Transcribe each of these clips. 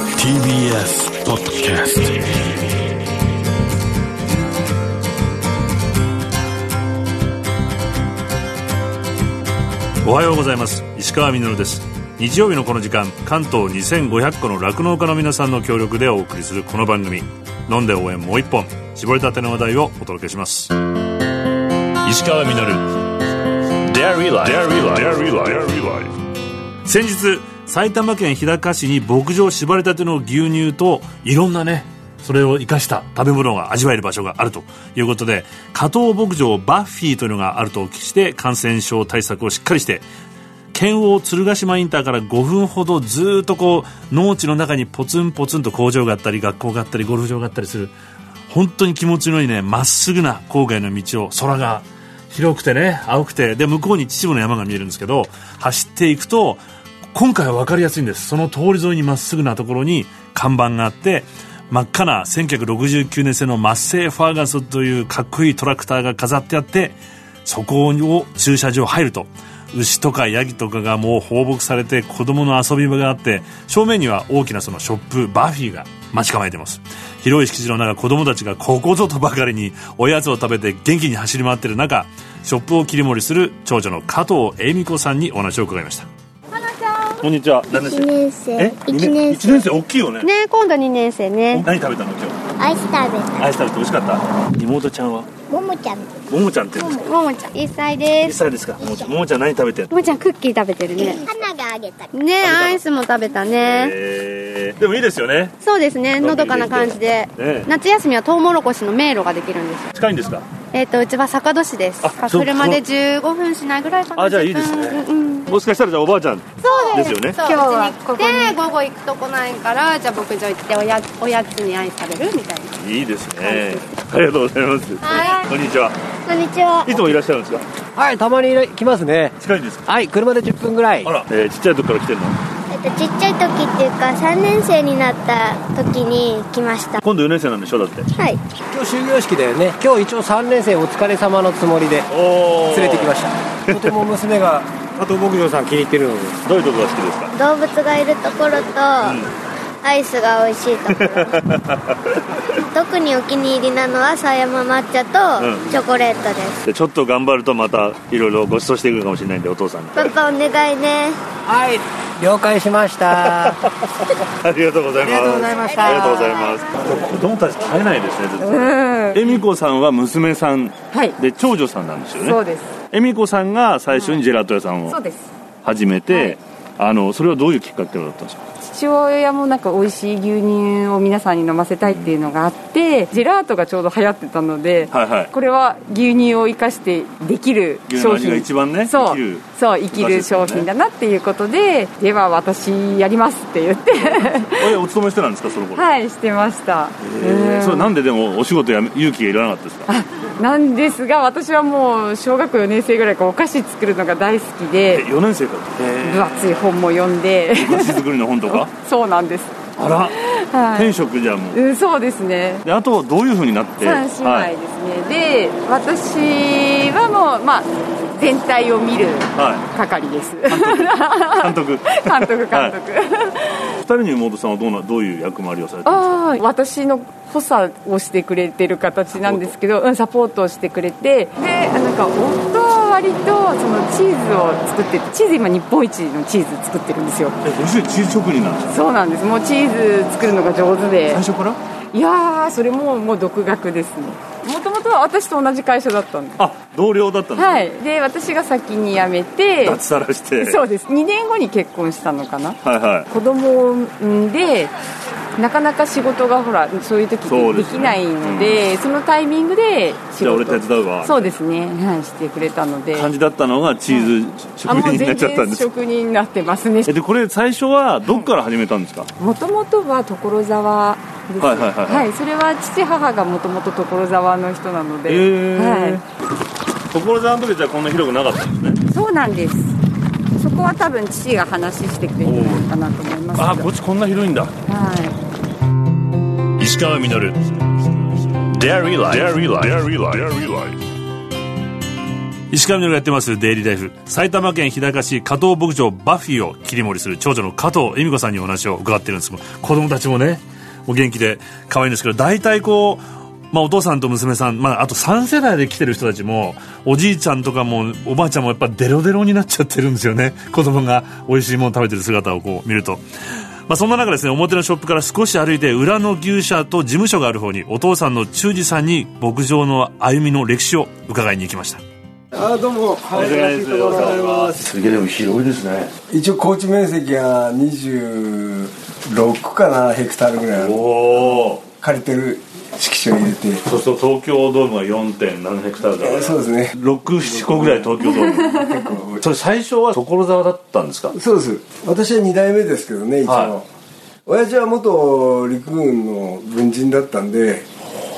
TBS ポッドキャストおはようございます石川みのるです日曜日のこの時間関東2500個の酪農家の皆さんの協力でお送りするこの番組飲んで応援もう一本絞りたての話題をお届けします石川みのる Dairy Life Dairy 先日埼玉県日高市に牧場縛りたての牛乳といろんなねそれを生かした食べ物が味わえる場所があるということで加藤牧場バッフィーというのがあるとお聞きして感染症対策をしっかりして県央鶴ヶ島インターから5分ほどずーっとこう農地の中にポツンポツンと工場があったり学校があったりゴルフ場があったりする本当に気持ちのいいねまっすぐな郊外の道を空が広くてね青くてで向こうに秩父の山が見えるんですけど走っていくと今回は分かりやすいんですその通り沿いにまっすぐなところに看板があって真っ赤な1969年製のマッセイ・ファーガソンというかっこいいトラクターが飾ってあってそこを駐車場入ると牛とかヤギとかがもう放牧されて子供の遊び場があって正面には大きなそのショップバフィーが待ち構えています広い敷地の中子供たちがここぞとばかりにおやつを食べて元気に走り回っている中ショップを切り盛りする長女の加藤恵美子さんにお話を伺いましたこんにちは何一年生え一二年一生年生大きいよねねえ今度2年生ね何食べたの今アイス食べ日アイス食べて美味しかった妹ちゃんはたももちゃんももちゃんって言うんですかももちゃん1歳で1す歳ですかももちゃんももちゃん何食べてんのももちゃんクッキー食べてるね花があげたねえアイスも食べたねえーでもいいですよねそうですねのどかな感じでええ夏休みはトウモロコシの迷路ができるんですよ近いんですかえっとうちは坂戸市ですあそう車で15分しないぐらいかなあじゃあいいですねうんうんうんもしかしたらじゃあおばあちゃんそうですですよね今日はここに午後行くとこないからじゃあ牧場行っておやおやつにアイス食べるみたいないいですねありがとうございますはいこんにちはこんにちはいつもいらっしゃるんですかはい、たまに来ますね。近いんですかはい、車で10分ぐらいあ。ら、えーちっちゃい時から来てるのえっとちっちゃい時っていうか三年生になった時に来ました今度4年生なんでしょだってはい今日終業式だよね。今日一応3年生お疲れ様のつもりでお連れてきましした。とても娘が加藤牧場さん気に入ってるので。たどういうとこが好きですか動物がいるところとアイスが美味し いところ特にお気に入りなのは狭山抹茶うんとチョコレートですでちょっと頑張るとまたいろいろご馳走していくるかもしれないんでお父さんにパパお願いねはい、了解しました。ありがとうございますありがとうございましたありがとうございます子供たち絶えないですねずっと恵美子さんは娘さんはいで長女さんなんですよねそうです恵美子さんが最初にジェラート屋さんをそうです始めて、あのそれはどういうきっかけだったんですか父親もなんか美味しい牛乳を皆さんに飲ませたいっていうのがあってジェラートがちょうど流行ってたので、はいはいこれは牛乳を生かしてできる牛乳の商味が品一番ね生そうきるそう生きる商品だなっていうことででは私やりますって言って えお勤めしてたんですかその頃はいしてましたへうえんそれなんででもお仕事やめ勇気がいらなかったですかなんですが私はもう小学校4年生ぐらいからお菓子作るのが大好きで4年生からへ分厚い本も読んで お菓子作りの本とかそうなんです、あらは転職じゃあもうい、うんそうですねであとどういうふうになって三姉は妹いですね、で私はもう、まあ、全体を見るは係ですい、監督監督監督、はい二人の妹さんはどうなどういう役回りをされてるんでああ私の補佐をしてくれてる形なんですけどうんサポートをしてくれてでなんか夫は割とそのチーズを作ってチーズ今日本一のチーズ作ってるんですよすかえご主人チーズ職人なんですかそうなんですもうチーズ作るのが上手で最初からいやーそれももう独学ですねもともとは私と同じ会社だったんですあ同僚だったんですね、はいで私が先に辞めて脱サラしてそうです2年後に結婚したのかなはいはい子供を産んでなかなか仕事がほらそういう時そうででですねきないのでそのタイミングで仕じゃあ事俺手伝うわそうですねはいしてくれたので感じだったのがチーズ職あも人うになっ全ちゃったんで然す職人になってますねえでこれ最初はどっから始めたんですか、もともとは所沢ですはいはいはいはいそれは父母がもともと所沢の人なので、へーはい所沢の時じゃこんな広くなかったんですねそうなんですそこは多分父が話してくれたのかなと思いますけどあこっちこんな広いんだはい石川稔 Dairy Life リーライフ石上のやってますデイリーライフ埼玉県日高市加藤牧場バフィーを切り盛りする長女の加藤恵美子さんにお話を伺ってるんですけど子供たちもねお元気で可愛いんですけど大体こうまあ、お父さんと娘さん、まあ、あと3世代で来てる人たちもおじいちゃんとかもおばあちゃんもやっぱデロデロになっちゃってるんですよね子供が美味しいもの食べてる姿をこう見ると。まあ、そんな中ですね表のショップから少し歩いて裏の牛舎と事務所がある方にお父さんの忠二さんに牧場の歩みの歴史を伺いに行きましたあどうも、はい、しいところでございます。すげえでも広いですね一応高知面積が26かなヘクタールぐらいあるおお借りてる敷地を入れて、そうすると東京ドームが4.7ヘクタールだえーそうですね。 67個ぐらい東京ドーム結構それ最初は所沢だったんですかそうです。私は2代目ですけどね一応、は親父は元陸軍の軍人だったんで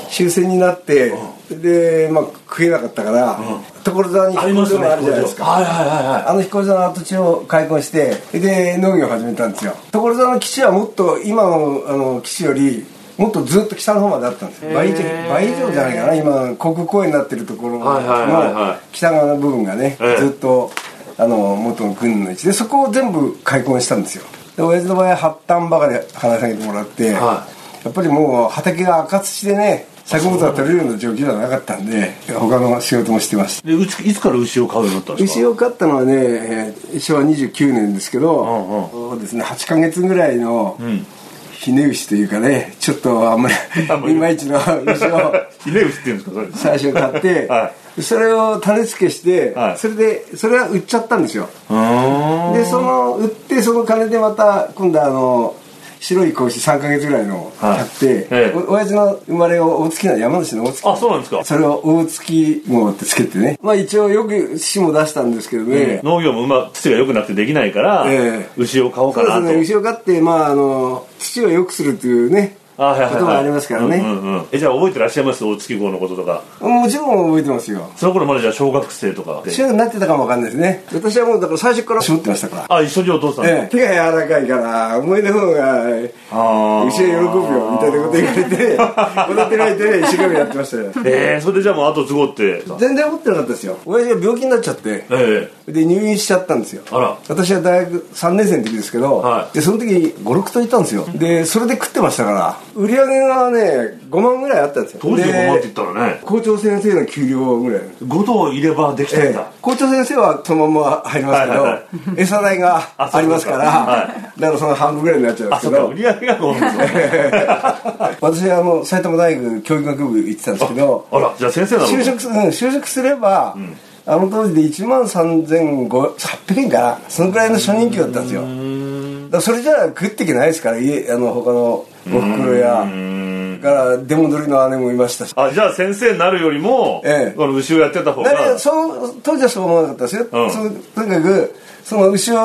終戦になって。でまあ、食えなかったから、所沢に飛行場があるじゃないですかはいはいはいはいあの飛行場の跡地を開墾してで農業を始めたんですよ所沢の基地はもっと今のあの基地よりもっとずっと北の方まであったんです倍以上倍以上じゃないかな今航空公園になってるところはいはいはいはの北側の部分がね、ええずっとあの元の軍の位置でそこを全部開墾したんですよで親父の場合は発端ばかり話し上げてもらって、はやっぱりもう畑が赤土でね作物が取れるような状況ではなかったんで他の仕事もしてましたでうちいつから牛を飼うようになったんですか牛を飼ったのはね、えー昭和29年ですけど、んうんそうですね8ヶ月ぐらいのひね牛というかねちょっとあんまりいまいちの牛 をひね牛っていうんですかそれ最初買って、はそれを種付けして、はいそれでそれは売っちゃったんですようーんでその売ってその金でまた今度あの白い子牛3ヶ月ぐらいのはい買って、ええお親父の生まれを大月の山梨の大月あそうなんですか それを大月号ってつけてねまあ一応よく死も出したんですけどね、農業もうま土が良くなくてできないから、ええ牛を飼おうそかうでなすとね牛を飼ってまああの土を良くするというねあはいはいはいことがありますからねうんうんうんえじゃあ覚えてらっしゃいます大月号のこととかもちろん覚えてますよその頃まだじゃあ小学生とかで中学になってたかもわかんないですね私はもうだから最初 から絞ってましたからあ一緒にお父さん、ええ手が柔らかいから思い出の方が牛ああは喜ぶよみたいなこと言わ れて踊ってないで一生懸命やってましたよええそれでじゃあもう後継ごうって全然思ってなかったですよ親父が病気になっちゃってえで入院しちゃったんですよあら私は大学3年生の時ですけど、はいでその時56頭いたんですよでそれで食ってましたから売り上げがね5万ぐらいあったんですよ当時のままって言でったらね校長先生の給料ぐらいなんです5頭いればできたんだ、ええ校長先生はそのまま入りますけど、はいはい餌代があそうありますからはいだからその半分ぐらいになっちゃうんであすそっけかど売り上げが5万 私あの埼玉大学教育学部行ってたんですけどあらじゃあ先生なの就職す、うん、就職すれば、あの当時で1万3800円かなそのくらいの初任給だったんですよだからそれじゃ食っていけないですから家あの他のおふくろやから出戻りの姉もいましたしあじゃあ先生になるよりも、ええこの牛をやってた方が何そう当時はそう思わなかったですよ、うんそうとにかくその牛を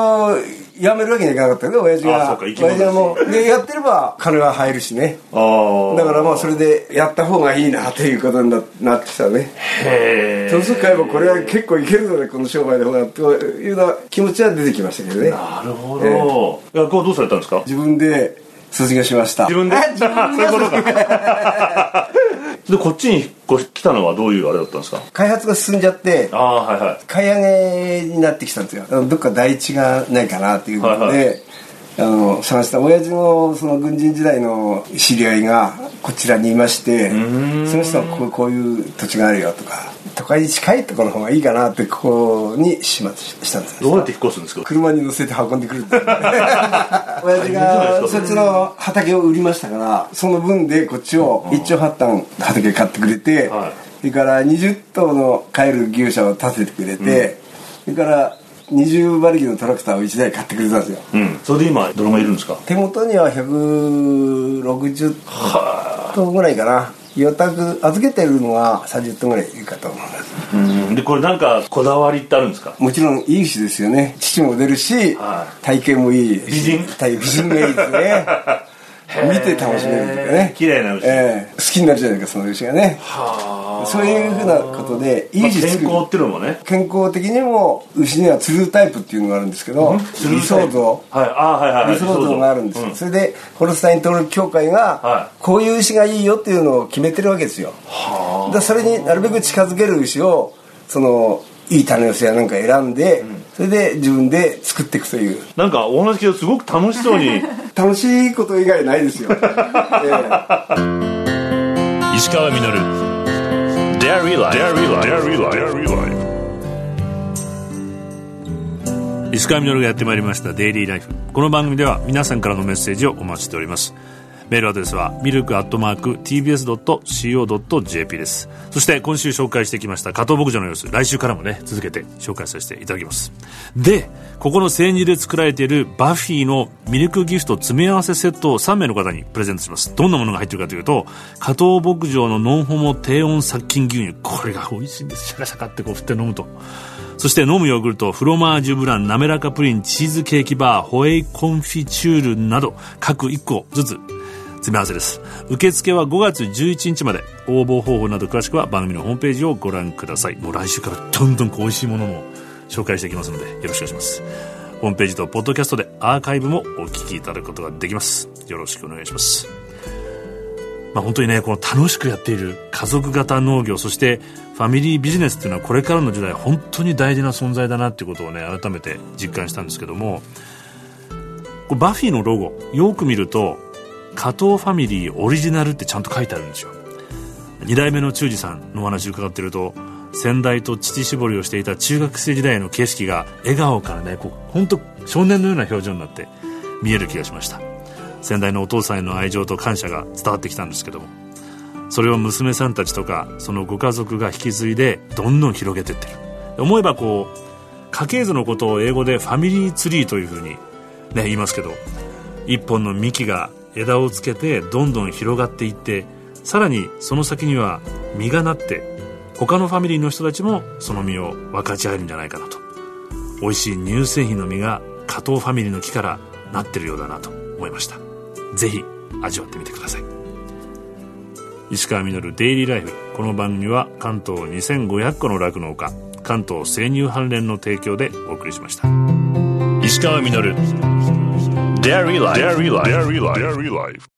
やめるわけにはいかなかったけど親父あがそうか生き物親父はもうでやってれば金は入るしねああだからまあそれでやった方がいいなということにななってきたねへえそうすると買えばこれは結構いけるのでこの商売の方がというような気持ちは出てきましたけどねなるほど、学校はどうされたんですか自分で卒業しました自 分であ自そう分いでうことかでこっちに引っ越してきたのはどういうあれだったんですか開発が進んじゃってああはいはい買い上げになってきたんですよあのどっか台地がないかなということで、はいあの探した親父のその軍人時代の知り合いがこちらにいましてその人はこうこういう土地があるよとか都会に近いところの方がいいかなってここに始末したんですどうやって引っ越すんですか車に乗せて運んでくるっていう 親父大変じゃないでがすかそっちの畑を売りましたからその分でこっちを一丁八単畑買ってくれて、はいそれから20頭の帰る牛舎を建ててくれて、それから20馬力のトラクターを1台買ってくれたんですようんそれで今どのがいるんですか手元には160頭ぐらいかな予託預けてるのは30頭ぐらいいるかと思いますうんでこれなんかこだわりってあるんですかもちろんいい牛ですよね父も出るし、は体型もいい美人体美人がい いですね見て楽しめるというかね綺麗な牛ええ好きになるじゃないかその牛がねそういうふうなことでいいまあ牛作健る、康っていうのもね健康的にも牛にはツルータイプっていうのがあるんですけどスルー理タイ想プ像はいああはいはいはい理想像があるんですよ、うんそれでホルスタイン登録協会が、はこういう牛がいいよっていうのを決めてるわけですよだからそれになるべく近づける牛をそのいい種寄せやなんか選んで、それで自分で作っていくというなんかお話聞くとすごく楽しそうに楽しいこと以外ない ですよ、ええ石川みのるデイリーライフデイリーライフデイリーライフ石川みのるがやってまいりました「デイリーライフ」この番組では皆さんからのメッセージをお待ちしておりますメールアドレスはミルクアットマーク TBS.CO.jp ですそして今週紹介してきました加藤牧場の様子来週からもね続けて紹介させていただきますでここの生乳で作られているバフィーのミルクギフト詰め合わせセットを3名の方にプレゼントしますどんなものが入ってるかというと加藤牧場のノンホモ低温殺菌牛乳これが美味しいんですシャカシャカってこう振って飲むとそして飲むヨーグルト、フロマージュブラン、なめらかプリン、チーズケーキバー、ホエイコンフィチュールなど、各1個ずつ詰め合わせです。受付は5月11日まで。応募方法など詳しくは番組のホームページをご覧ください。もう来週からどんどんこう美味しいものも紹介していきますので、よろしくお願いします。ホームページとポッドキャストでアーカイブもお聞きいただくことができます。よろしくお願いします。まあ、本当にねこの楽しくやっている家族型農業そしてファミリービジネスっていうのはこれからの時代本当に大事な存在だなっていうことをね改めて実感したんですけどもこれバフィーのロゴよく見ると加藤ファミリーオリジナルってちゃんと書いてあるんですよ2代目の忠二さんのお話を伺ってると先代と乳搾りをしていた中学生時代の景色が笑顔からねこう本当少年のような表情になって見える気がしました先代のお父さんへの愛情と感謝が伝わってきたんですけどもそれを娘さんたちとかそのご家族が引き継いでどんどん広げてってる思えばこう家系図のことを英語でファミリーツリーというふうに、ね、言いますけど一本の幹が枝をつけてどんどん広がっていってさらにその先には実がなって他のファミリーの人たちもその実を分かち合えるんじゃないかなと美味しい乳製品の実が加藤ファミリーの木からなってるようだなと思いましたぜひ味わってみてください石川稔デイリーライフこの番組は関東2500個の酪農家関東生乳関連の提供でお送りしました石川みのるデイリーライフデイリーライフデイリーライフ